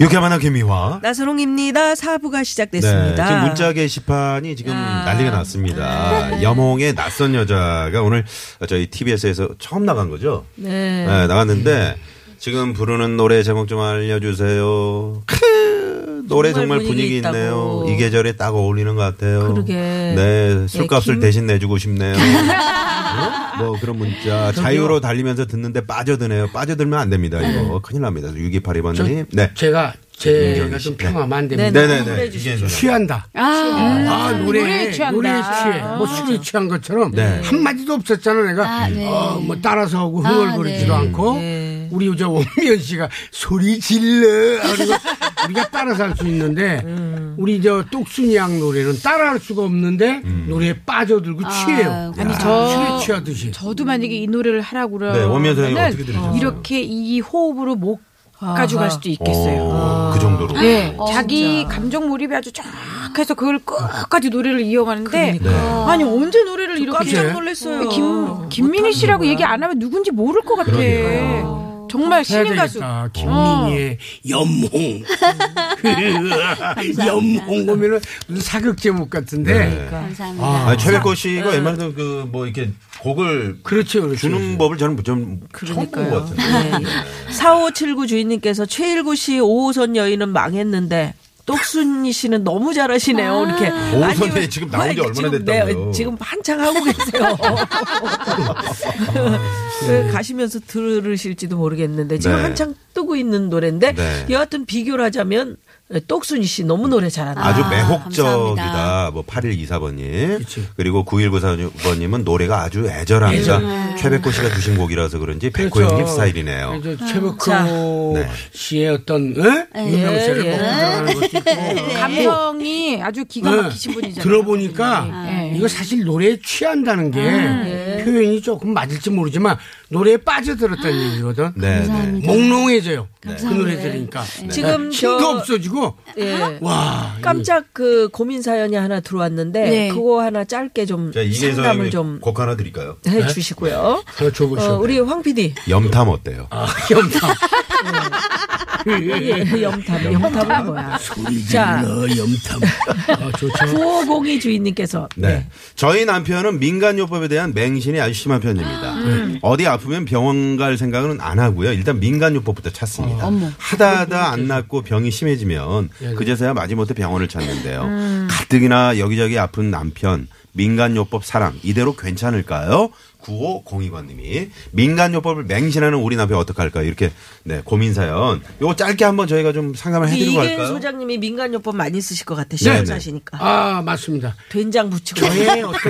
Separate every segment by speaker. Speaker 1: 유쾌만한 개미와
Speaker 2: 나선홍입니다. 사부가 시작됐습니다.
Speaker 1: 네, 지금 문자 게시판이 지금
Speaker 2: 아.
Speaker 1: 난리가 났습니다. 여몽의 낯선 여자가 오늘 저희 TBS에서 처음 나간 거죠?
Speaker 2: 네.
Speaker 1: 네, 나갔는데 지금 부르는 노래 제목 좀 알려주세요. 크, 노래 정말,
Speaker 2: 정말 분위기
Speaker 1: 분위기,
Speaker 2: 있다고.
Speaker 1: 있네요. 이 계절에 딱 어울리는 것 같아요.
Speaker 2: 그러게.
Speaker 1: 네, 술값을
Speaker 2: 예, 김-
Speaker 1: 대신 내주고 싶네요. 어? 뭐 그런 문자 자유로 달리면서 듣는데 빠져드네요. 빠져들면 안 됩니다.
Speaker 2: 네.
Speaker 1: 이거 큰일 납니다. 6282번님. 네.
Speaker 3: 제가
Speaker 1: 민경이
Speaker 3: 제가
Speaker 1: 씨. 네.
Speaker 3: 좀 평화만 안 됩니다.
Speaker 1: 네네네.
Speaker 3: 취한다. 아, 노래, 노래에 취한다. 취해. 뭐 술에 취한 것처럼
Speaker 1: 네.
Speaker 3: 한마디도 없었잖아 네. 내가. 어, 뭐 따라서 하고 흥얼거리지도 않고. 우리 여자 원미연 씨가 소리 질러 하는 거 우리가 따라서 할 수 있는데 우리 저 똑순이 양 노래는 따라할 수가 없는데
Speaker 1: 음.
Speaker 3: 노래에 빠져들고 취해요.
Speaker 4: 아니, 저-
Speaker 3: 술에 취하듯이.
Speaker 4: 저도 만약에 이 노래를 하라고 그러면
Speaker 1: 네, 원미연 선생님 어떻게 들으셨어요?
Speaker 4: 이렇게 이 호흡으로 못 가져갈 수도 있겠어요.
Speaker 1: 어, 그 정도로.
Speaker 4: 네, 자기 감정 몰입이 아주 정확해서 그걸 끝까지 노래를 이어가는데
Speaker 1: 그러니까. 네.
Speaker 4: 아니 언제 노래를 이렇게
Speaker 3: 깜짝
Speaker 4: 놀랐어요. 김 김민희 씨라고 얘기 안 하면 누군지 모를 것 같아. 정말
Speaker 3: 해야
Speaker 4: 신인 가수. 어.
Speaker 3: 되겠다. 아, 김민희의 연몽. 연몽 보면은 무슨 사극 제목 같은데.
Speaker 1: 네. 아, 최백호 씨가 웬만해서 그뭐 이렇게 곡을
Speaker 3: 그렇죠, 그렇죠.
Speaker 1: 주는 법을 저는 좀 처음 본 것
Speaker 2: 네.
Speaker 1: 같은데.
Speaker 2: 4579 주인님께서 최일구 씨 5호선 여인은 망했는데 똑순이 씨는 너무 잘하시네요. 이렇게.
Speaker 1: 오호선
Speaker 2: 아니,
Speaker 1: 여인
Speaker 2: 왜-
Speaker 1: 지금 나온 지
Speaker 2: 아,
Speaker 1: 얼마나
Speaker 2: 지금,
Speaker 1: 됐다고요?
Speaker 2: 네, 지금 한창 하고 계세요. 왜 가시면서 들으실지도 모르겠는데 지금
Speaker 1: 아. 네.
Speaker 2: 한창 뜨고 있는 노래인데
Speaker 1: 네.
Speaker 2: 여하튼 비교를 하자면 똑순이 씨 너무 노래 잘한다.
Speaker 1: 아주 매혹적이다. 뭐 8124번님. 그리고 9194번님은 노래가 아주 애절합니다. 최백호 씨가 주신 곡이라서 그런지 백호 형님 스타일이네요.
Speaker 3: 그렇죠.
Speaker 1: 네.
Speaker 3: 그래서
Speaker 4: 음,
Speaker 2: 자.
Speaker 3: 최백호 씨의 어떤 어? 유명세를
Speaker 2: 예.
Speaker 3: 먹고 들어가는 것도 있고
Speaker 4: 네.
Speaker 2: 아, 네.
Speaker 4: 감성이 아주 기가
Speaker 3: 네.
Speaker 4: 막히신 분이잖아요.
Speaker 3: 들어보니까
Speaker 4: 예. 아,
Speaker 3: 이거 사실 노래에 취한다는 게 표현이 조금 맞을지 모르지만 노래에
Speaker 4: 아.
Speaker 3: 빠져들었다는 얘기거든.
Speaker 1: 네, 네.
Speaker 3: 몽롱해져요. 그 노래 들으니까.
Speaker 4: 예.
Speaker 2: 지금
Speaker 3: 힘도
Speaker 2: 저-
Speaker 3: 없어지고
Speaker 2: 예.
Speaker 3: 와
Speaker 2: 깜짝 그 고민 사연이 하나 들어왔는데
Speaker 4: 네.
Speaker 2: 그거 하나 짧게 좀
Speaker 1: 자, 이재성
Speaker 2: 상담을
Speaker 1: 형님
Speaker 2: 좀
Speaker 1: 곡 하나 드릴까요?
Speaker 2: 해주시고요.
Speaker 1: 네.
Speaker 3: 하나 줘보시오.
Speaker 2: 어, 우리 황 PD
Speaker 1: 염탐 어때요?
Speaker 3: 아, 염탐.
Speaker 2: 예, 염탐 염탐은 뭐야? 자
Speaker 3: 염탐. 아, 좋죠.
Speaker 2: 9502 주인님께서
Speaker 1: 네. 저희 남편은 민간요법에 대한 맹신이 아주 심한 편입니다.
Speaker 2: 네.
Speaker 1: 어디 아프면 병원 갈 생각은 안 하고요. 일단 민간요법부터 찾습니다. 하다 하다 안 낫고 병이 심해지면 그제서야 마지못해 병원을 찾는데요.
Speaker 2: 음.
Speaker 1: 가뜩이나 여기저기 아픈 남편, 민간요법 사랑, 이대로 괜찮을까요? 9502번님이 민간요법을 맹신하는 우리 남편 어떡할까요? 이렇게 네, 고민사연. 요거 짧게 한번 저희가 좀 상담을
Speaker 2: 우리
Speaker 1: 해드리고
Speaker 2: 이근
Speaker 1: 갈까요?
Speaker 2: 소장님이 민간요법 많이 쓰실 것 같아
Speaker 1: 네, 네.
Speaker 2: 시험사시니까
Speaker 3: 아 맞습니다.
Speaker 2: 된장 부치고
Speaker 3: 저의 어떤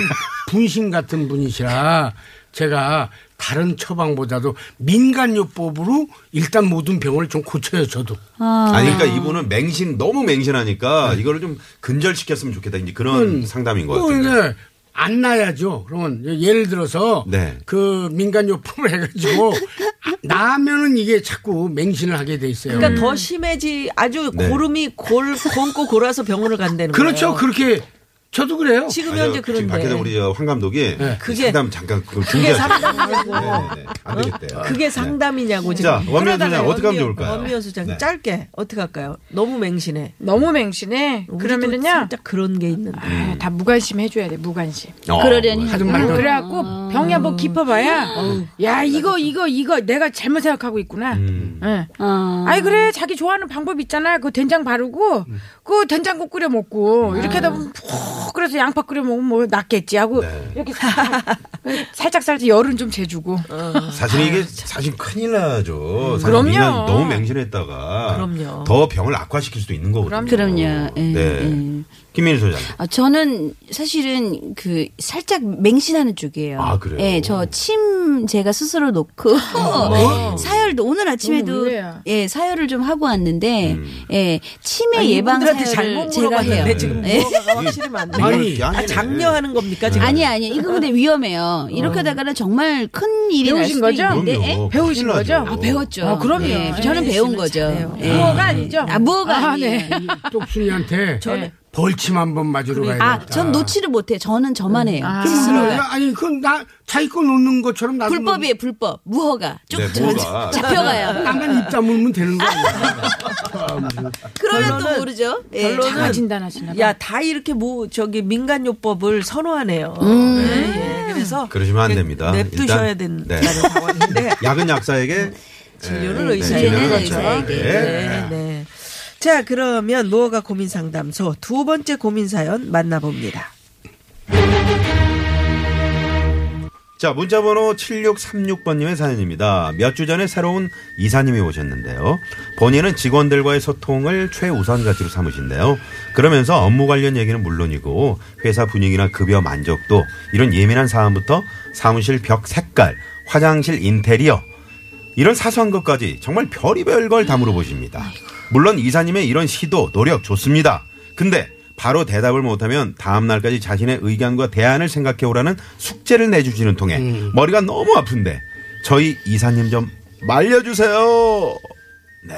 Speaker 3: 분신 같은 분이시라 제가 다른 처방보다도 민간요법으로 일단 모든 병을 좀 고쳐요 저도.
Speaker 1: 아니, 그러니까 이분은 맹신, 너무 맹신하니까 이거를 좀 근절시켰으면 좋겠다. 이제 그런 상담인 것
Speaker 3: 뭐
Speaker 1: 같아요.
Speaker 3: 이제 안 나야죠. 그러면 예를 들어서
Speaker 1: 네.
Speaker 3: 그 민간요법을 해가지고 아, 나면은 이게 자꾸 맹신을 하게 돼 있어요.
Speaker 2: 그러니까 더 심해지 아주
Speaker 1: 음. 네.
Speaker 2: 고름이 골 곰고 골아서 병원을 간다는
Speaker 3: 그렇죠.
Speaker 2: 거예요.
Speaker 3: 그렇게 저도 그래요.
Speaker 2: 지금
Speaker 1: 아니요,
Speaker 2: 현재
Speaker 1: 지금 밖에서
Speaker 2: 그런데
Speaker 1: 우리 저황 감독이
Speaker 2: 그게-
Speaker 1: 상담 잠깐 그걸
Speaker 2: 그게
Speaker 1: 중지하세요.
Speaker 2: 상담이냐고
Speaker 1: 네, 네, 네. 안 되겠대요.
Speaker 2: 그게 상담이냐고 지금
Speaker 1: 자, 원미연
Speaker 2: 그러다가
Speaker 1: 소장님, 어떻게 하면
Speaker 2: 원미연-
Speaker 1: 좋을까요?
Speaker 2: 원미연 소장님
Speaker 1: 네.
Speaker 2: 짧게 어떻게 할까요? 너무 맹신해.
Speaker 4: 너무 맹신해.
Speaker 2: 우리도
Speaker 4: 그러면은요.
Speaker 2: 살짝 그런 게 있는데.
Speaker 4: 아, 다 무관심 해줘야 돼 무관심.
Speaker 1: 어,
Speaker 5: 그러려니
Speaker 3: 하지
Speaker 4: 음,
Speaker 3: 말고
Speaker 4: 그래갖고 병이 한번 깊어봐야 야 이거 이거 이거 내가 잘못 생각하고 있구나.
Speaker 3: 음.
Speaker 4: 응.
Speaker 5: 어.
Speaker 4: 아이 그래 자기 좋아하는 방법 있잖아. 그 된장 바르고
Speaker 3: 음.
Speaker 4: 그 된장국 끓여 먹고 이렇게 하다 보면 푹 그래서 양파 끓여 먹으면 뭐 낫겠지 하고
Speaker 3: 네.
Speaker 4: 이렇게 살짝 살짝 열은 좀 재주고
Speaker 1: 사실 이게 사실 큰일 나죠. 사실
Speaker 4: 그럼요.
Speaker 1: 민간 너무 맹신했다가
Speaker 2: 그럼요.
Speaker 1: 더 병을 악화시킬 수도 있는 거거든요.
Speaker 5: 그럼요. 예,
Speaker 1: 네.
Speaker 5: 예.
Speaker 1: 김민희 소장.
Speaker 5: 아, 저는 사실은 그 살짝 맹신하는 쪽이에요.
Speaker 1: 아, 그래요?
Speaker 5: 예, 저 침 제가 스스로 놓고 사열도 오늘
Speaker 4: 오늘
Speaker 5: 아침에도
Speaker 4: 웬일이야?
Speaker 5: 예, 사열을 좀 하고 왔는데 예, 치매
Speaker 2: 아니,
Speaker 5: 예방
Speaker 2: 이분들한테
Speaker 5: 사열을
Speaker 2: 잘못
Speaker 5: 제가 해요.
Speaker 2: 물어봤는데 네, 지금
Speaker 5: 예.
Speaker 2: 물어봐서 확실히 맞네.
Speaker 3: 아니,
Speaker 2: 아, 장려하는 겁니까 지금?
Speaker 5: 아니 아니 이거 근데 위험해요. 이렇게 하다가는 정말 큰 일이 날
Speaker 4: 배우신
Speaker 5: 수도
Speaker 4: 거죠?
Speaker 5: 있는데 예?
Speaker 4: 배우신 거죠?
Speaker 5: 아, 배웠죠.
Speaker 4: 아, 그럼요.
Speaker 5: 예,
Speaker 4: 예,
Speaker 5: 저는 배운 거죠.
Speaker 2: 네, 잘해요.
Speaker 5: 예.
Speaker 4: 무어가 아니죠?
Speaker 5: 아, 무어가
Speaker 4: 아,
Speaker 5: 아, 니에요
Speaker 4: 네.
Speaker 3: 이 똑순이한테
Speaker 4: 저는-
Speaker 3: 벌침 한 번 맞으러
Speaker 2: 네.
Speaker 3: 가야
Speaker 5: 아,
Speaker 3: 되겠다.
Speaker 5: 전 놓지를 못해. 저는 저만
Speaker 2: 음.
Speaker 5: 해요.
Speaker 2: 아.
Speaker 3: 좀
Speaker 5: 스스로.
Speaker 3: 몰라요? 아니 그건 나 자기 거 놓는 것처럼 나도
Speaker 5: 불법이에요, 불법. 무허가. 쭉
Speaker 1: 네,
Speaker 5: 저-
Speaker 1: 무허가.
Speaker 5: 잡혀가요.
Speaker 3: 아, 나만 입 다물면 되는 거 아니야?
Speaker 5: 그러면
Speaker 2: 결론은-
Speaker 5: 또 모르죠.
Speaker 2: 네,
Speaker 5: 예.
Speaker 4: 자가 진단하시나 봐.
Speaker 2: 야, 다 이렇게 뭐, 저기, 민간요법을 선호하네요. 네, 예. 그래서.
Speaker 1: 그러시면 안 됩니다.
Speaker 2: 냅두셔야
Speaker 1: 일단, 네.
Speaker 2: 된다는 방언인데,
Speaker 1: 약은 약사에게
Speaker 2: 진료를
Speaker 1: 네,
Speaker 2: 의사에게.
Speaker 1: 진료를
Speaker 5: 진료는
Speaker 1: 의사에게.
Speaker 2: 네, 네. 자, 그러면 무허가 고민 상담소 두 번째 고민 사연 만나봅니다.
Speaker 1: 자, 문자번호 7636번님의 사연입니다. 몇 주 전에 새로운 이사님이 오셨는데요. 본인은 직원들과의 소통을 최우선 가치로 삼으신데요. 그러면서 업무 관련 얘기는 물론이고 회사 분위기나 급여 만족도 이런 예민한 사안부터 사무실 벽 색깔, 화장실 인테리어 이런 사소한 것까지 정말 별의별 걸 다 물어보십니다. 물론 이사님의 이런 시도, 노력 좋습니다. 근데 바로 대답을 못하면 다음날까지 자신의 의견과 대안을 생각해오라는 숙제를 내주시는 통에 머리가 너무 아픈데 저희 이사님 좀 말려주세요. 네.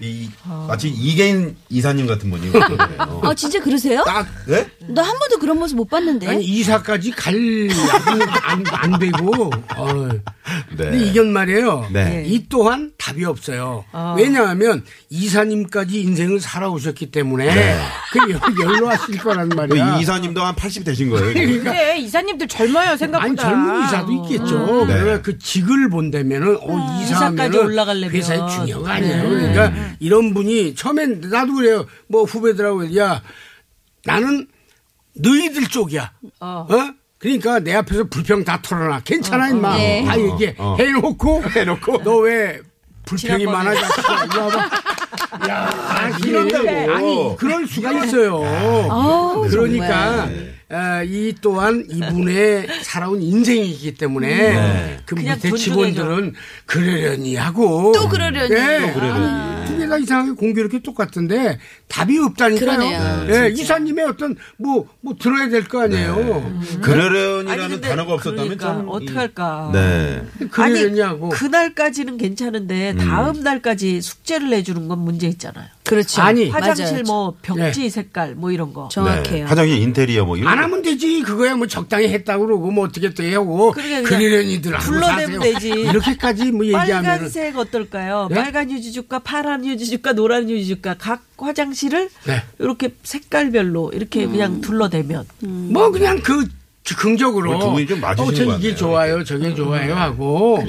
Speaker 1: 이, 마치 이계인 이사님 같은 분이 그러네요.
Speaker 5: 아, 진짜 그러세요?
Speaker 3: 나
Speaker 1: 네?
Speaker 5: 나 한 번도 그런 모습 못 봤는데.
Speaker 3: 아니 이사까지 갈 약은 안, 안 되고. 어. 근데 이건 말이에요.
Speaker 1: 네.
Speaker 3: 이 또한 답이 없어요. 왜냐하면 이사님까지 인생을 살아오셨기 때문에 그 열- 열로하실 거란 말이야.
Speaker 1: 그뭐
Speaker 3: 그러니까
Speaker 1: 이 이사님도 한 80 되신 거예요. 지금.
Speaker 4: 그래 그러니까 이사님들 젊어요 생각보다.
Speaker 3: 아니 젊은 이사도 있겠죠.
Speaker 1: 네.
Speaker 3: 그러니까 그 직을 본다면은 어,
Speaker 2: 이사까지
Speaker 3: 이사하면은
Speaker 2: 올라가려면.
Speaker 3: 회사에 중요가 아니에요. 그러니까 이런 분이 처음엔 나도 그래요. 뭐 후배들하고 야 나는 너희들 쪽이야. 어? 그러니까 내 앞에서 불평 다 털어놔. 괜찮아 임마.
Speaker 5: 네.
Speaker 3: 다 얘기해.
Speaker 1: 어, 어.
Speaker 3: 해놓고 해놓고 너 왜 불평이 많아? 자식아. 이리 와봐. 야,
Speaker 1: 이런다고.
Speaker 3: 아니 그럴 수가 있어요.
Speaker 5: 아우,
Speaker 3: 그러니까 아, 이 또한 이분의 살아온 인생이기 때문에 그
Speaker 2: 그냥
Speaker 3: 밑에
Speaker 2: 존중해줘.
Speaker 3: 직원들은 그러려니 하고
Speaker 5: 또 그러려니.
Speaker 3: 또 그러려니 두 개가 이상하게 공교롭게 똑같은데 답이 없다니까요.
Speaker 5: 그러네요.
Speaker 3: 예, 이사님의 어떤 뭐 뭐 들어야 될 거 아니에요.
Speaker 2: 아니,
Speaker 1: 그러려니라는
Speaker 2: 근데
Speaker 1: 단어가 없었다면
Speaker 2: 그러니까
Speaker 1: 좀 이-
Speaker 2: 어떡할까.
Speaker 1: 네.
Speaker 3: 그러려니 하고
Speaker 2: 음. 그날까지는 괜찮은데 다음 날까지 숙제를 내주는 건 문제 있잖아요.
Speaker 5: 그렇죠.
Speaker 3: 아니,
Speaker 2: 화장실
Speaker 5: 맞아요.
Speaker 2: 뭐 벽지 색깔 뭐 이런 거.
Speaker 5: 정확해요.
Speaker 1: 네. 화장실 인테리어 뭐 이런
Speaker 3: 안
Speaker 1: 거.
Speaker 3: 하면 되지. 그거야 뭐 적당히 했다고 그러고 뭐 어떻게 또 하고
Speaker 2: 그러니까 그냥
Speaker 3: 그러려니들 하고
Speaker 2: 불러대면
Speaker 3: 사세요.
Speaker 2: 되지.
Speaker 3: 이렇게까지 뭐 얘기하면
Speaker 2: 빨간색 어떨까요?
Speaker 3: 네?
Speaker 2: 빨간 휴지죽과 파란 휴지죽과 노란 휴지죽과 각 화장실을
Speaker 3: 네.
Speaker 2: 이렇게 색깔별로 이렇게 그냥 둘러대면
Speaker 3: 뭐 그냥 그 긍적으로
Speaker 1: 오늘 두 분이 뭐 좀 맞으시는
Speaker 3: 어, 저
Speaker 1: 것
Speaker 3: 이게
Speaker 1: 같네요. 음.
Speaker 3: 좋아요, 저게 좋아요 하고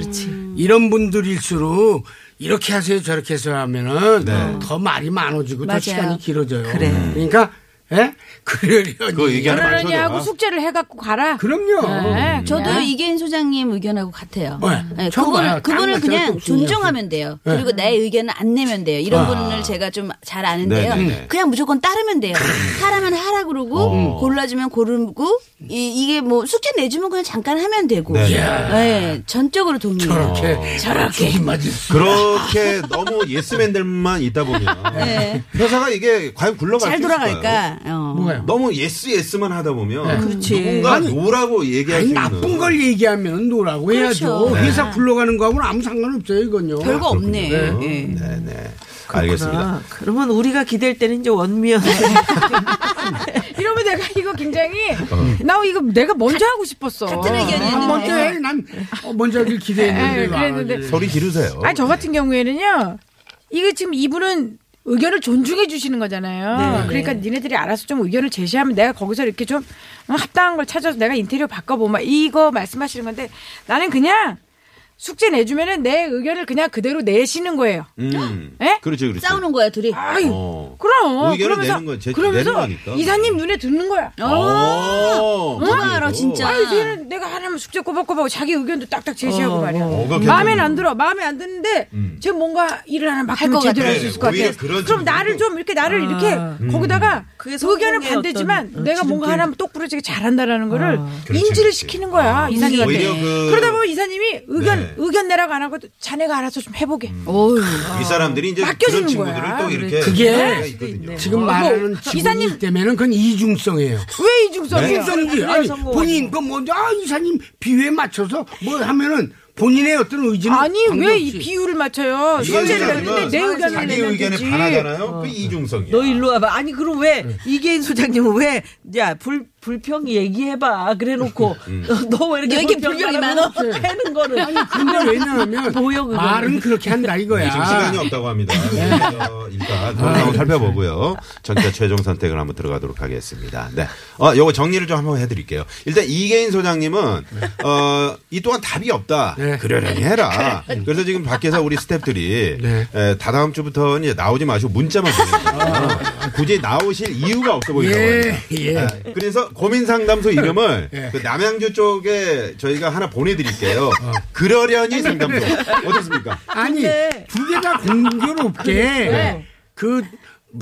Speaker 3: 이런 분들일수록 이렇게 하세요, 저렇게 해서 하면은
Speaker 1: 네.
Speaker 3: 더 말이 많아지고
Speaker 5: 맞아요.
Speaker 3: 더 시간이 길어져요. 그래. 러니까 예? 그러려니
Speaker 1: 그거 얘기하는
Speaker 4: 그러려니
Speaker 1: 말처럼.
Speaker 4: 하고 숙제를 해갖고 가라.
Speaker 3: 그럼요. 뭐.
Speaker 4: 네,
Speaker 5: 저도
Speaker 4: 그냥.
Speaker 5: 이계인 소장님 의견하고 같아요.
Speaker 1: 뭐,
Speaker 3: 네,
Speaker 5: 네,
Speaker 3: 저거 봐요. 딱
Speaker 5: 그분을, 그분을
Speaker 3: 맞아요,
Speaker 5: 그냥
Speaker 3: 똑순이.
Speaker 5: 존중하면
Speaker 1: 네.
Speaker 5: 돼요. 그리고 내 의견을 안 내면 돼요. 이런 분을 제가 좀 잘 아는데요.
Speaker 1: 아. 네, 네.
Speaker 5: 그냥 무조건 따르면 돼요. 하라면 하라 그러고
Speaker 1: 어.
Speaker 5: 골라주면 고르고 이, 게뭐 숙제 내주면 그냥 잠깐 하면 되고.
Speaker 1: 네.
Speaker 5: 네, 전적으로 동의해요. 어.
Speaker 3: 저렇게 저렇게 맞을 수.
Speaker 1: 그렇게 너무 예스맨들만 있다 보면
Speaker 5: 네.
Speaker 1: 회사가 이게 과연 굴러갈까?
Speaker 5: 잘 돌아갈까? 어.
Speaker 3: 뭐예요?
Speaker 1: 너무 예스 예스만 하다 보면
Speaker 2: 그렇지.
Speaker 1: 누군가 노라고 얘기할
Speaker 3: 아니,
Speaker 1: 수 있는
Speaker 3: 나쁜 걸 얘기하면 노라고 해야죠.
Speaker 5: 그렇죠.
Speaker 3: 회사 굴러가는 거하고는 아무 상관없어요, 이건요.
Speaker 5: 별거 없네.
Speaker 1: 그렇군요.
Speaker 5: 예.
Speaker 1: 네, 네. 알겠습니다.
Speaker 2: 아, 그러면 우리가 기댈 때는 이제 원미연
Speaker 4: 이러면 내가 이거 굉장히
Speaker 3: 어.
Speaker 4: 나 이거 내가 먼저 하고 싶었어.
Speaker 5: 같은 의견이네.
Speaker 3: 아, 먼저 해. 난 어, 먼저 하길 기대했는데.
Speaker 4: 예,
Speaker 3: 이거 안 하길래.
Speaker 4: 그랬는데.
Speaker 1: 소리 지르세요.
Speaker 4: 아니 저 같은 경우에는요. 이게 지금 이분은 의견을 존중해 주시는 거잖아요. 그러니까 니네들이 알아서 좀 의견을 제시하면 내가 거기서 이렇게 좀 합당한 걸 찾아서 내가 인테리어 바꿔보면 이거 말씀하시는 건데 나는 그냥 숙제 내주면은 내 의견을 그냥 그대로 내시는 거예요.
Speaker 1: 음.
Speaker 4: 에?
Speaker 1: 그렇죠, 그렇죠.
Speaker 5: 싸우는 거야 둘이.
Speaker 4: 아유,
Speaker 1: 어.
Speaker 4: 그럼
Speaker 1: 의견을
Speaker 4: 그러면서
Speaker 1: 내는 거야. 제- 내는
Speaker 4: 그러면서
Speaker 1: 거니까.
Speaker 4: 이사님 눈에 드는 거야.
Speaker 1: 어.
Speaker 5: 누가
Speaker 1: 그래도.
Speaker 5: 알아, 어? 뭐 진짜.
Speaker 4: 아유, 쟤는 네. 내가 하려면 숙제 꼬박꼬박 자기 의견도 딱딱 제시하고 말이야.
Speaker 1: 네. 어, 그거
Speaker 4: 마음에
Speaker 1: 괜찮네.
Speaker 4: 안 들어, 마음에 안 드는데, 쟤 뭔가 일을 하나 막
Speaker 5: 것
Speaker 4: 하면 제대로
Speaker 5: 같아.
Speaker 4: 할 수 있을 것
Speaker 1: 오히려
Speaker 4: 같아.
Speaker 1: 네, 그런 음.
Speaker 4: 그럼 나를
Speaker 1: 친구도-
Speaker 4: 좀 이렇게 나를 이렇게 거기다가
Speaker 2: 그게
Speaker 4: 의견은
Speaker 2: 성공의
Speaker 4: 반대지만
Speaker 2: 어떤, 어,
Speaker 4: 내가 뭔가
Speaker 2: 지름길.
Speaker 4: 하나면 똑부러지게 잘한다라는 거를
Speaker 1: 그렇지,
Speaker 4: 인지를
Speaker 1: 그렇지.
Speaker 4: 시키는 거야, 이사님한테.
Speaker 1: 오히려 그-
Speaker 4: 그러다 보면 이사님이 의견,
Speaker 1: 네. 음.
Speaker 4: 의견 내라고 안 하고 자네가 알아서 좀 해보게.
Speaker 5: 어휴.
Speaker 1: 이 사람들이 이제 그런
Speaker 4: 맡겨주는
Speaker 1: 친구들을
Speaker 4: 거야.
Speaker 1: 또 이렇게
Speaker 3: 그게
Speaker 1: 경우가 있거든요.
Speaker 3: 아, 지금 말하는 직원이기 때문에는 그건 이중성이에요.
Speaker 4: 왜 이중성이야?
Speaker 1: 네.
Speaker 3: 네. 이중성이지. 아니,
Speaker 2: 성공하죠.
Speaker 3: 본인, 그 뭔지, 아, 이사님 비유에 맞춰서 뭘 하면은 본인의 어떤 의지는.
Speaker 4: 아니, 왜 이
Speaker 3: 관계없이.
Speaker 4: 비유를 맞춰요?
Speaker 1: 이게
Speaker 4: 숙제를
Speaker 1: 아니라
Speaker 4: 냈는데 네. 내 의견을
Speaker 1: 자기
Speaker 4: 내면
Speaker 1: 의견에
Speaker 4: 되지.
Speaker 1: 반하잖아요. 그 이중성이야.
Speaker 2: 너 일로 와봐. 아니 그럼 왜 이계인 소장님은 왜 야 불 불평 얘기해봐. 그래놓고 너 왜
Speaker 5: 너
Speaker 2: 이렇게
Speaker 5: 왜 이렇게 불평이 많아?
Speaker 2: 하는 거를
Speaker 3: 근데 왜냐하면
Speaker 2: 보여, 그거는.
Speaker 3: 말은 그렇게 한다 이거야.
Speaker 1: 네, 지금 시간이 없다고 합니다. 그래서 일단 그걸 한번 살펴보고요. 전자 최종 선택을 한번 들어가도록 하겠습니다. 네. 어, 요거 정리를 좀 한번 해드릴게요. 일단 이계인 소장님은, 어, 이 또한 답이 없다.
Speaker 3: 네.
Speaker 1: 그러려니 해라. 그래서 지금 밖에서 우리 스탭들이,
Speaker 3: 네.
Speaker 1: 에, 다다음 주부터 이제 나오지 마시고 문자만 보내요. 굳이 나오실 이유가 없어 보인다고
Speaker 3: 예,
Speaker 1: 합니다.
Speaker 3: 예.
Speaker 1: 네. 그래서 고민 상담소 이름을
Speaker 3: 예.
Speaker 1: 그 남양주 쪽에 저희가 하나 보내드릴게요. 그러려니 상담소. 어떻습니까?
Speaker 3: 아니 두 개 다
Speaker 4: 네.
Speaker 3: 공교롭게 그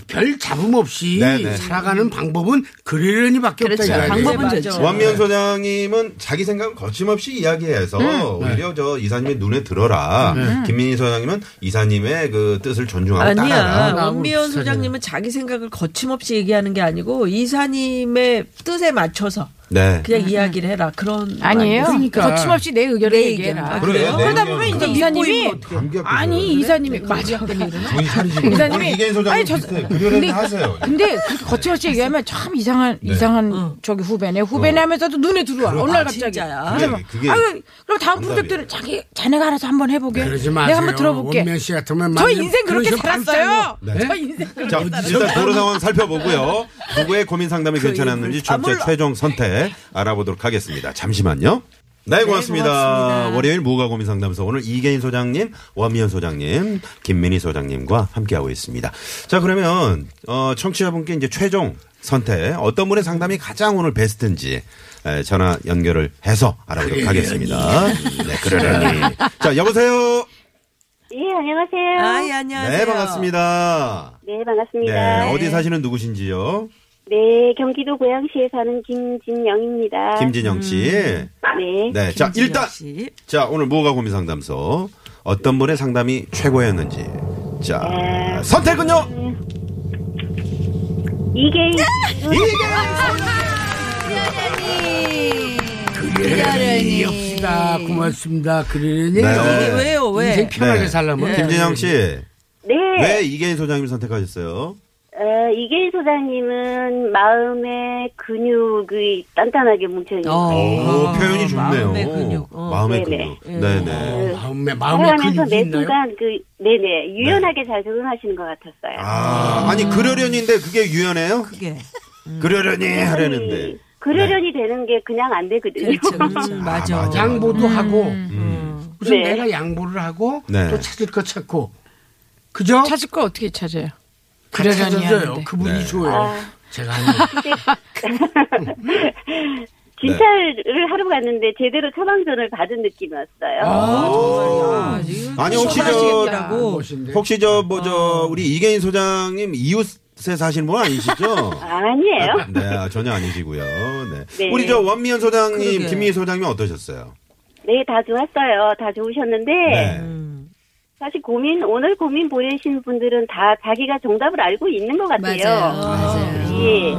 Speaker 3: 별 잡음 없이
Speaker 1: 네네.
Speaker 3: 살아가는 방법은 그러려니밖에
Speaker 5: 그렇죠.
Speaker 3: 없다. 이거야. 네.
Speaker 5: 방법은
Speaker 2: 맞아.
Speaker 5: 좋죠.
Speaker 4: 네.
Speaker 1: 원미연 소장님은 자기 생각은 거침없이 이야기해서
Speaker 4: 음.
Speaker 1: 오히려 저 이사님의 눈에 들어라.
Speaker 4: 네.
Speaker 1: 김민희 소장님은 이사님의 그 뜻을 존중하고
Speaker 2: 아니야.
Speaker 1: 따라라.
Speaker 2: 원미연
Speaker 3: 비슷하잖아.
Speaker 2: 소장님은 자기 생각을 거침없이 얘기하는 게 아니고 이사님의 뜻에 맞춰서
Speaker 1: 네.
Speaker 2: 그냥 이야기를 해라. 그런
Speaker 4: 아니에요.
Speaker 3: 그러니까.
Speaker 4: 거침없이 내 의견을
Speaker 5: 내 의견.
Speaker 4: 얘기해라.
Speaker 2: 아,
Speaker 1: 그래요?
Speaker 4: 그러다
Speaker 1: 내
Speaker 4: 보면
Speaker 1: 의견.
Speaker 4: 이제
Speaker 2: 그럼 입꼬임은
Speaker 4: 이사님이
Speaker 2: 어떻게
Speaker 1: 감기 아프고
Speaker 4: 아니
Speaker 1: 그러네.
Speaker 4: 이사님이 맞아.
Speaker 1: 정신 차리시고
Speaker 4: 이사님이-
Speaker 1: 오늘 이계인 소장님
Speaker 4: 아니, 저-
Speaker 1: 비슷해요. 그려를 하세요. 네.
Speaker 4: 근데 그렇게 거침없이 얘기하면 참 이상한 이상한 저기 후배네 후배네 하면서도 눈에 들어와 어느 날 갑자기
Speaker 2: 진짜야.
Speaker 4: 그래서 막,
Speaker 1: 그게- 그게
Speaker 4: 아유, 그럼 다음
Speaker 1: 정답이에요.
Speaker 4: 프로젝트는 자기 자네가 알아서 한번 해보게
Speaker 3: 그러지 마세요.
Speaker 4: 내가 한번 들어볼게
Speaker 3: 원면 씨 같으면
Speaker 4: 저
Speaker 3: 만약
Speaker 4: 인생 그렇게
Speaker 3: 그러셔 밤
Speaker 4: 살았어요
Speaker 3: 살고. 네?
Speaker 4: 저 인생
Speaker 1: 자, 일단 도로 상황 살펴보고요. 누구의 고민 상담이 괜찮았는지
Speaker 2: 아,
Speaker 1: 전체
Speaker 2: 몰라.
Speaker 1: 최종 선택 알아보도록 하겠습니다. 잠시만요. 네, 고맙습니다.
Speaker 2: 고맙습니다.
Speaker 1: 월요일 무가 고민 상담소 오늘 이계인 소장님, 원미연 소장님, 김민희 소장님과 함께하고 있습니다. 자, 그러면 어, 청취자분께 이제 최종 선택 어떤 분의 상담이 가장 오늘 베스트인지 에, 전화 연결을 해서 알아보도록 하겠습니다. 네, 그러려니. 자, 여보세요.
Speaker 6: 예, 안녕하세요.
Speaker 2: 아, 예, 안녕하세요.
Speaker 1: 네, 반갑습니다.
Speaker 6: 네,
Speaker 1: 네,
Speaker 6: 반갑습니다.
Speaker 1: 어디 사시는 누구신지요?
Speaker 6: 네, 경기도 고양시에 사는 김진영입니다.
Speaker 1: 김진영 씨.
Speaker 6: 네.
Speaker 1: 네. 자,
Speaker 2: 음. 김진영
Speaker 1: 일단.
Speaker 2: 씨.
Speaker 1: 자, 오늘 무허가 고민 상담소. 어떤 분의 상담이 최고였는지. 자,
Speaker 2: 네.
Speaker 1: 선택은요?
Speaker 2: 음.
Speaker 6: 이게
Speaker 3: 그러려니 없시다 예. 고맙습니다. 그러려니
Speaker 1: 네.
Speaker 3: 없-
Speaker 2: 이게 왜요? 왜?
Speaker 3: 인생 편하게
Speaker 1: 네.
Speaker 3: 살라면
Speaker 1: 김진영 씨.
Speaker 6: 네,
Speaker 1: 왜 이계인 소장님 선택하셨어요?
Speaker 6: 어, 이게 소장님은 마음에 근육이 그 단단하게 뭉쳐 있는
Speaker 2: 어.
Speaker 1: 오, 표현이 좋네요.
Speaker 2: 마음의 근육. 어.
Speaker 1: 마음의
Speaker 6: 네네.
Speaker 1: 근육. 네네.
Speaker 3: 마음에 마음에
Speaker 6: 살아가면서
Speaker 3: 근육이
Speaker 6: 매
Speaker 3: 있나요?
Speaker 6: 순간 그 네네 유연하게 잘 적응하시는 것 같았어요.
Speaker 1: 아, 아니, 그러려니인데 그게 유연해요?
Speaker 2: 음. 그게. 음.
Speaker 1: 그러려니 하려는데.
Speaker 6: 이- 그러려니 되는 게 그냥 안 되거든요.
Speaker 2: 그렇죠. 그렇죠.
Speaker 1: 아,
Speaker 2: 맞아.
Speaker 1: 맞아.
Speaker 3: 양보도
Speaker 2: 음.
Speaker 3: 하고 우선
Speaker 6: 네.
Speaker 3: 내가 양보를 하고
Speaker 1: 네.
Speaker 3: 또 찾을 거 찾고 그죠?
Speaker 4: 찾을 걸 어떻게 찾아요
Speaker 3: 다
Speaker 4: 그러려니
Speaker 3: 찾아줘요.
Speaker 4: 하는데.
Speaker 3: 그분이
Speaker 1: 네.
Speaker 3: 좋아요. 제가 아는
Speaker 6: 진찰을 하러 갔는데 제대로 처방전을 받은 느낌이었어요.
Speaker 1: 아, 아니, 혹시 저,
Speaker 2: 하시겠다고.
Speaker 3: 것인데.
Speaker 1: 혹시 저, 뭐,
Speaker 2: 어.
Speaker 1: 저, 우리 이계인 소장님 이웃에 사시는 분 아니시죠?
Speaker 6: 아니에요.
Speaker 1: 네, 전혀 아니시고요. 네.
Speaker 6: 네.
Speaker 1: 우리 저 원미연 소장님,
Speaker 2: 그러게요.
Speaker 1: 김미희 소장님 어떠셨어요?
Speaker 6: 네, 다 좋았어요. 다 좋으셨는데
Speaker 2: 음.
Speaker 1: 네.
Speaker 6: 사실 고민 오늘 고민 보내신 분들은 다 자기가 정답을 알고 있는 것 같아요.
Speaker 5: 맞아요. 맞아요.
Speaker 6: 예.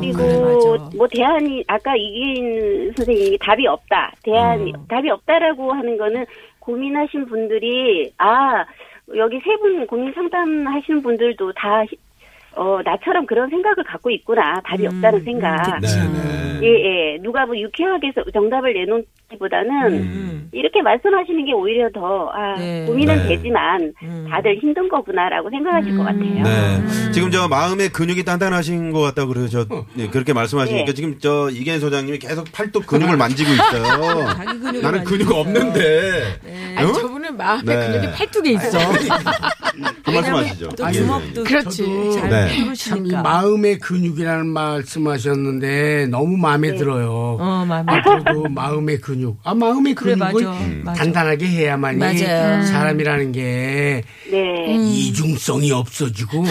Speaker 6: 그리고 뭐 대안이 아까 이기인 선생님이 답이 없다. 대안이 답이 없다라고 하는 거는 고민하신 분들이 아 여기 세 분 고민 상담하시는 분들도 다 어, 나처럼 그런 생각을 갖고 있구나. 답이 없다는 생각.
Speaker 1: 네, 네.
Speaker 6: 예, 예. 누가 뭐 유쾌하게 해서 정답을 내놓기보다는 이렇게 말씀하시는 게 오히려 더, 아,
Speaker 2: 네.
Speaker 6: 고민은
Speaker 1: 네.
Speaker 6: 되지만 다들 힘든 거구나라고 생각하실 것 같아요.
Speaker 1: 네. 지금 저 마음의 근육이 단단하신 것 같다고 그러셔.
Speaker 2: 어.
Speaker 1: 예, 그렇게 말씀하시니까
Speaker 6: 네.
Speaker 1: 지금 저 이계현 소장님이 계속 팔뚝 근육을 만지고 있어요.
Speaker 2: 자기 근육을
Speaker 1: 나는 근육
Speaker 2: 만지고 네.
Speaker 1: 없는데.
Speaker 4: 아니,
Speaker 1: 응?
Speaker 4: 저분은 마음에
Speaker 1: 네.
Speaker 4: 근육이 팔뚝에 있어.
Speaker 1: 그 말씀하시죠.
Speaker 2: 또
Speaker 1: 예,
Speaker 2: 주먹도
Speaker 4: 그렇지.
Speaker 3: 저도
Speaker 2: 잘
Speaker 1: 네.
Speaker 3: 이
Speaker 2: 풀으시니까.
Speaker 3: 마음의 근육이라는 말씀하셨는데 너무 마음에
Speaker 6: 네.
Speaker 3: 들어요.
Speaker 2: 어, 마음에
Speaker 3: 앞으로도 마음의 근육. 아 마음의
Speaker 2: 그래,
Speaker 3: 근육을
Speaker 2: 맞아. 맞아.
Speaker 3: 단단하게 해야만이
Speaker 5: 맞아요.
Speaker 3: 사람이라는 게
Speaker 6: 네.
Speaker 3: 이중성이 없어지고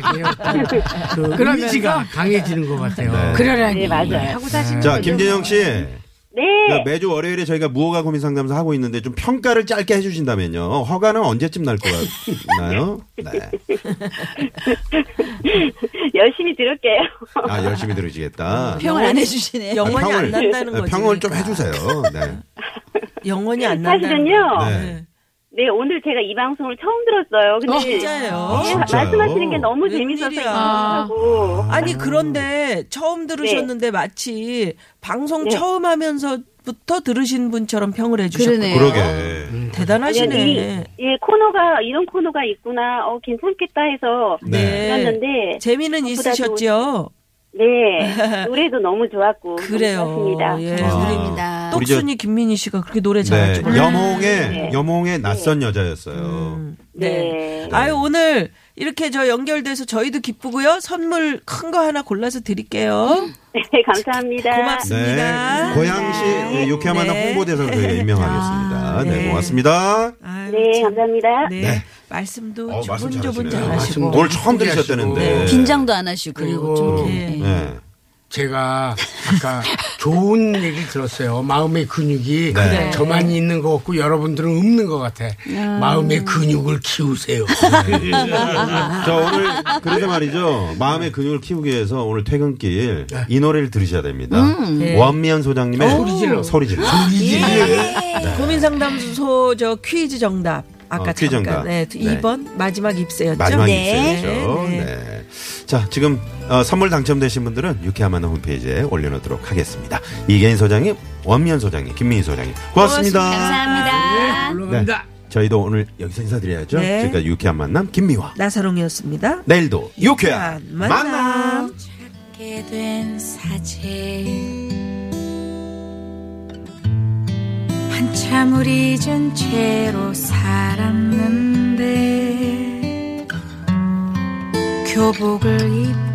Speaker 3: 자기의 어떤 그
Speaker 4: 그러면서-
Speaker 3: 의지가 강해지는 것 같아요.
Speaker 4: 그러려니.
Speaker 6: 네, 맞아요.
Speaker 4: 하고 사시는
Speaker 1: 자,
Speaker 4: 거죠.
Speaker 1: 김진영 씨. 그
Speaker 6: 네.
Speaker 1: 매주 월요일에 저희가 무허가 고민 상담소 하고 있는데 좀 평가를 짧게 해주신다면요. 허가는 언제쯤 날 것 같나요? 네.
Speaker 6: 열심히 들을게요.
Speaker 1: 아, 열심히 들으시겠다.
Speaker 5: 평을 안 해주시네.
Speaker 1: 아,
Speaker 2: 영원히 안
Speaker 1: 평을,
Speaker 2: 난다는 거지.
Speaker 1: 평을 좀
Speaker 2: 그러니까. 예,
Speaker 1: 해주세요. 네.
Speaker 2: 영원히 안 난다.
Speaker 6: 사실은요.
Speaker 1: 네.
Speaker 6: 네, 오늘 제가 이 방송을 처음 들었어요. 근데
Speaker 2: 어, 진짜예요.
Speaker 6: 네,
Speaker 1: 아, 진짜요?
Speaker 6: 말씀하시는 게 너무 재밌어서
Speaker 2: 웬일이야. 아.
Speaker 6: 하고
Speaker 1: 음.
Speaker 2: 아니 그런데 처음
Speaker 1: 네.
Speaker 2: 들으셨는데 마치 방송
Speaker 6: 네.
Speaker 2: 처음 하면서부터 들으신 분처럼 평을 해주셨고
Speaker 5: 그러네요.
Speaker 1: 그러게.
Speaker 2: 대단하시네.
Speaker 6: 예, 코너가 이런 코너가 있구나. 어, 괜찮겠다 해서
Speaker 1: 네.
Speaker 6: 들었는데
Speaker 2: 재미는
Speaker 6: 전부 다
Speaker 2: 있으셨죠?
Speaker 6: 네. 노래도 너무 좋았고
Speaker 2: 그래요.
Speaker 6: 좋습니다.
Speaker 2: 예.
Speaker 1: 아,
Speaker 2: 우리
Speaker 5: 우리입니다.
Speaker 1: 우리 저-
Speaker 2: 똑순이 김민희 씨가 그렇게 노래
Speaker 1: 네.
Speaker 2: 잘하죠. 음.
Speaker 1: 여몽의,
Speaker 6: 네.
Speaker 1: 여몽의 낯선 여자였어요.
Speaker 6: 네.
Speaker 2: 아유 오늘 이렇게 저 연결돼서 저희도 기쁘고요. 선물 큰 거 하나 골라서 드릴게요.
Speaker 1: 음.
Speaker 6: 네, 감사합니다.
Speaker 2: 고맙습니다.
Speaker 1: 네.
Speaker 2: 감사합니다.
Speaker 1: 고양시 유쾌한 만남
Speaker 2: 네.
Speaker 1: 홍보대사로 저희가 임명하겠습니다.
Speaker 2: 아,
Speaker 1: 네.
Speaker 2: 네.
Speaker 1: 고맙습니다.
Speaker 2: 아유,
Speaker 6: 네,
Speaker 2: 참.
Speaker 6: 감사합니다.
Speaker 2: 네.
Speaker 1: 네.
Speaker 2: 말씀도
Speaker 1: 어, 말씀
Speaker 2: 조분조분
Speaker 1: 잘하시네요.
Speaker 2: 잘하시고.
Speaker 1: 오늘 처음 들으셨다는데.
Speaker 3: 네.
Speaker 5: 긴장도 안 하시고
Speaker 3: 그리고
Speaker 5: 좀 이렇게.
Speaker 2: 네.
Speaker 1: 네.
Speaker 3: 제가 아까 좋은 얘기 들었어요. 마음의 근육이
Speaker 1: 그래.
Speaker 3: 저만 있는 거 없고 여러분들은 없는 것 같아. 네. 마음의 근육을 키우세요.
Speaker 1: 자, 오늘, 그래서 말이죠. 마음의
Speaker 2: 네.
Speaker 1: 근육을 키우기 위해서 오늘 퇴근길 이 노래를 들으셔야 됩니다.
Speaker 2: 음, 네.
Speaker 1: 원미연 소장님의
Speaker 2: 어.
Speaker 1: 소리 질러. 소리 질러.
Speaker 2: 예. 네. 고민 상담소 저 퀴즈 정답 아까
Speaker 1: 어, 퀴즈
Speaker 2: 잠깐
Speaker 1: 정답.
Speaker 2: 네,
Speaker 1: 네.
Speaker 2: 2번 마지막 입세였죠.
Speaker 1: 마지막
Speaker 2: 네.
Speaker 1: 입세였죠.
Speaker 2: 네.
Speaker 1: 네. 자, 지금 어, 선물 당첨되신 분들은 유쾌한 만남 홈페이지에 올려놓도록 하겠습니다. 이계인 소장님, 원미연 소장님, 김민희 소장님. 고맙습니다.
Speaker 3: 네. 아, 예.
Speaker 1: 네.
Speaker 5: 감사합니다.
Speaker 3: 물론입니다.
Speaker 1: 저희도 오늘 여기서 인사드려야죠.
Speaker 2: 네.
Speaker 1: 지금까지 유쾌한 만남 김미화.
Speaker 2: 나사롱이었습니다.
Speaker 1: 내일도 유쾌한
Speaker 2: 유쾌한 만남.
Speaker 1: 만남.
Speaker 5: 찾게 된 사진 한참 을 잊은 채로 살았는데 교복을 입고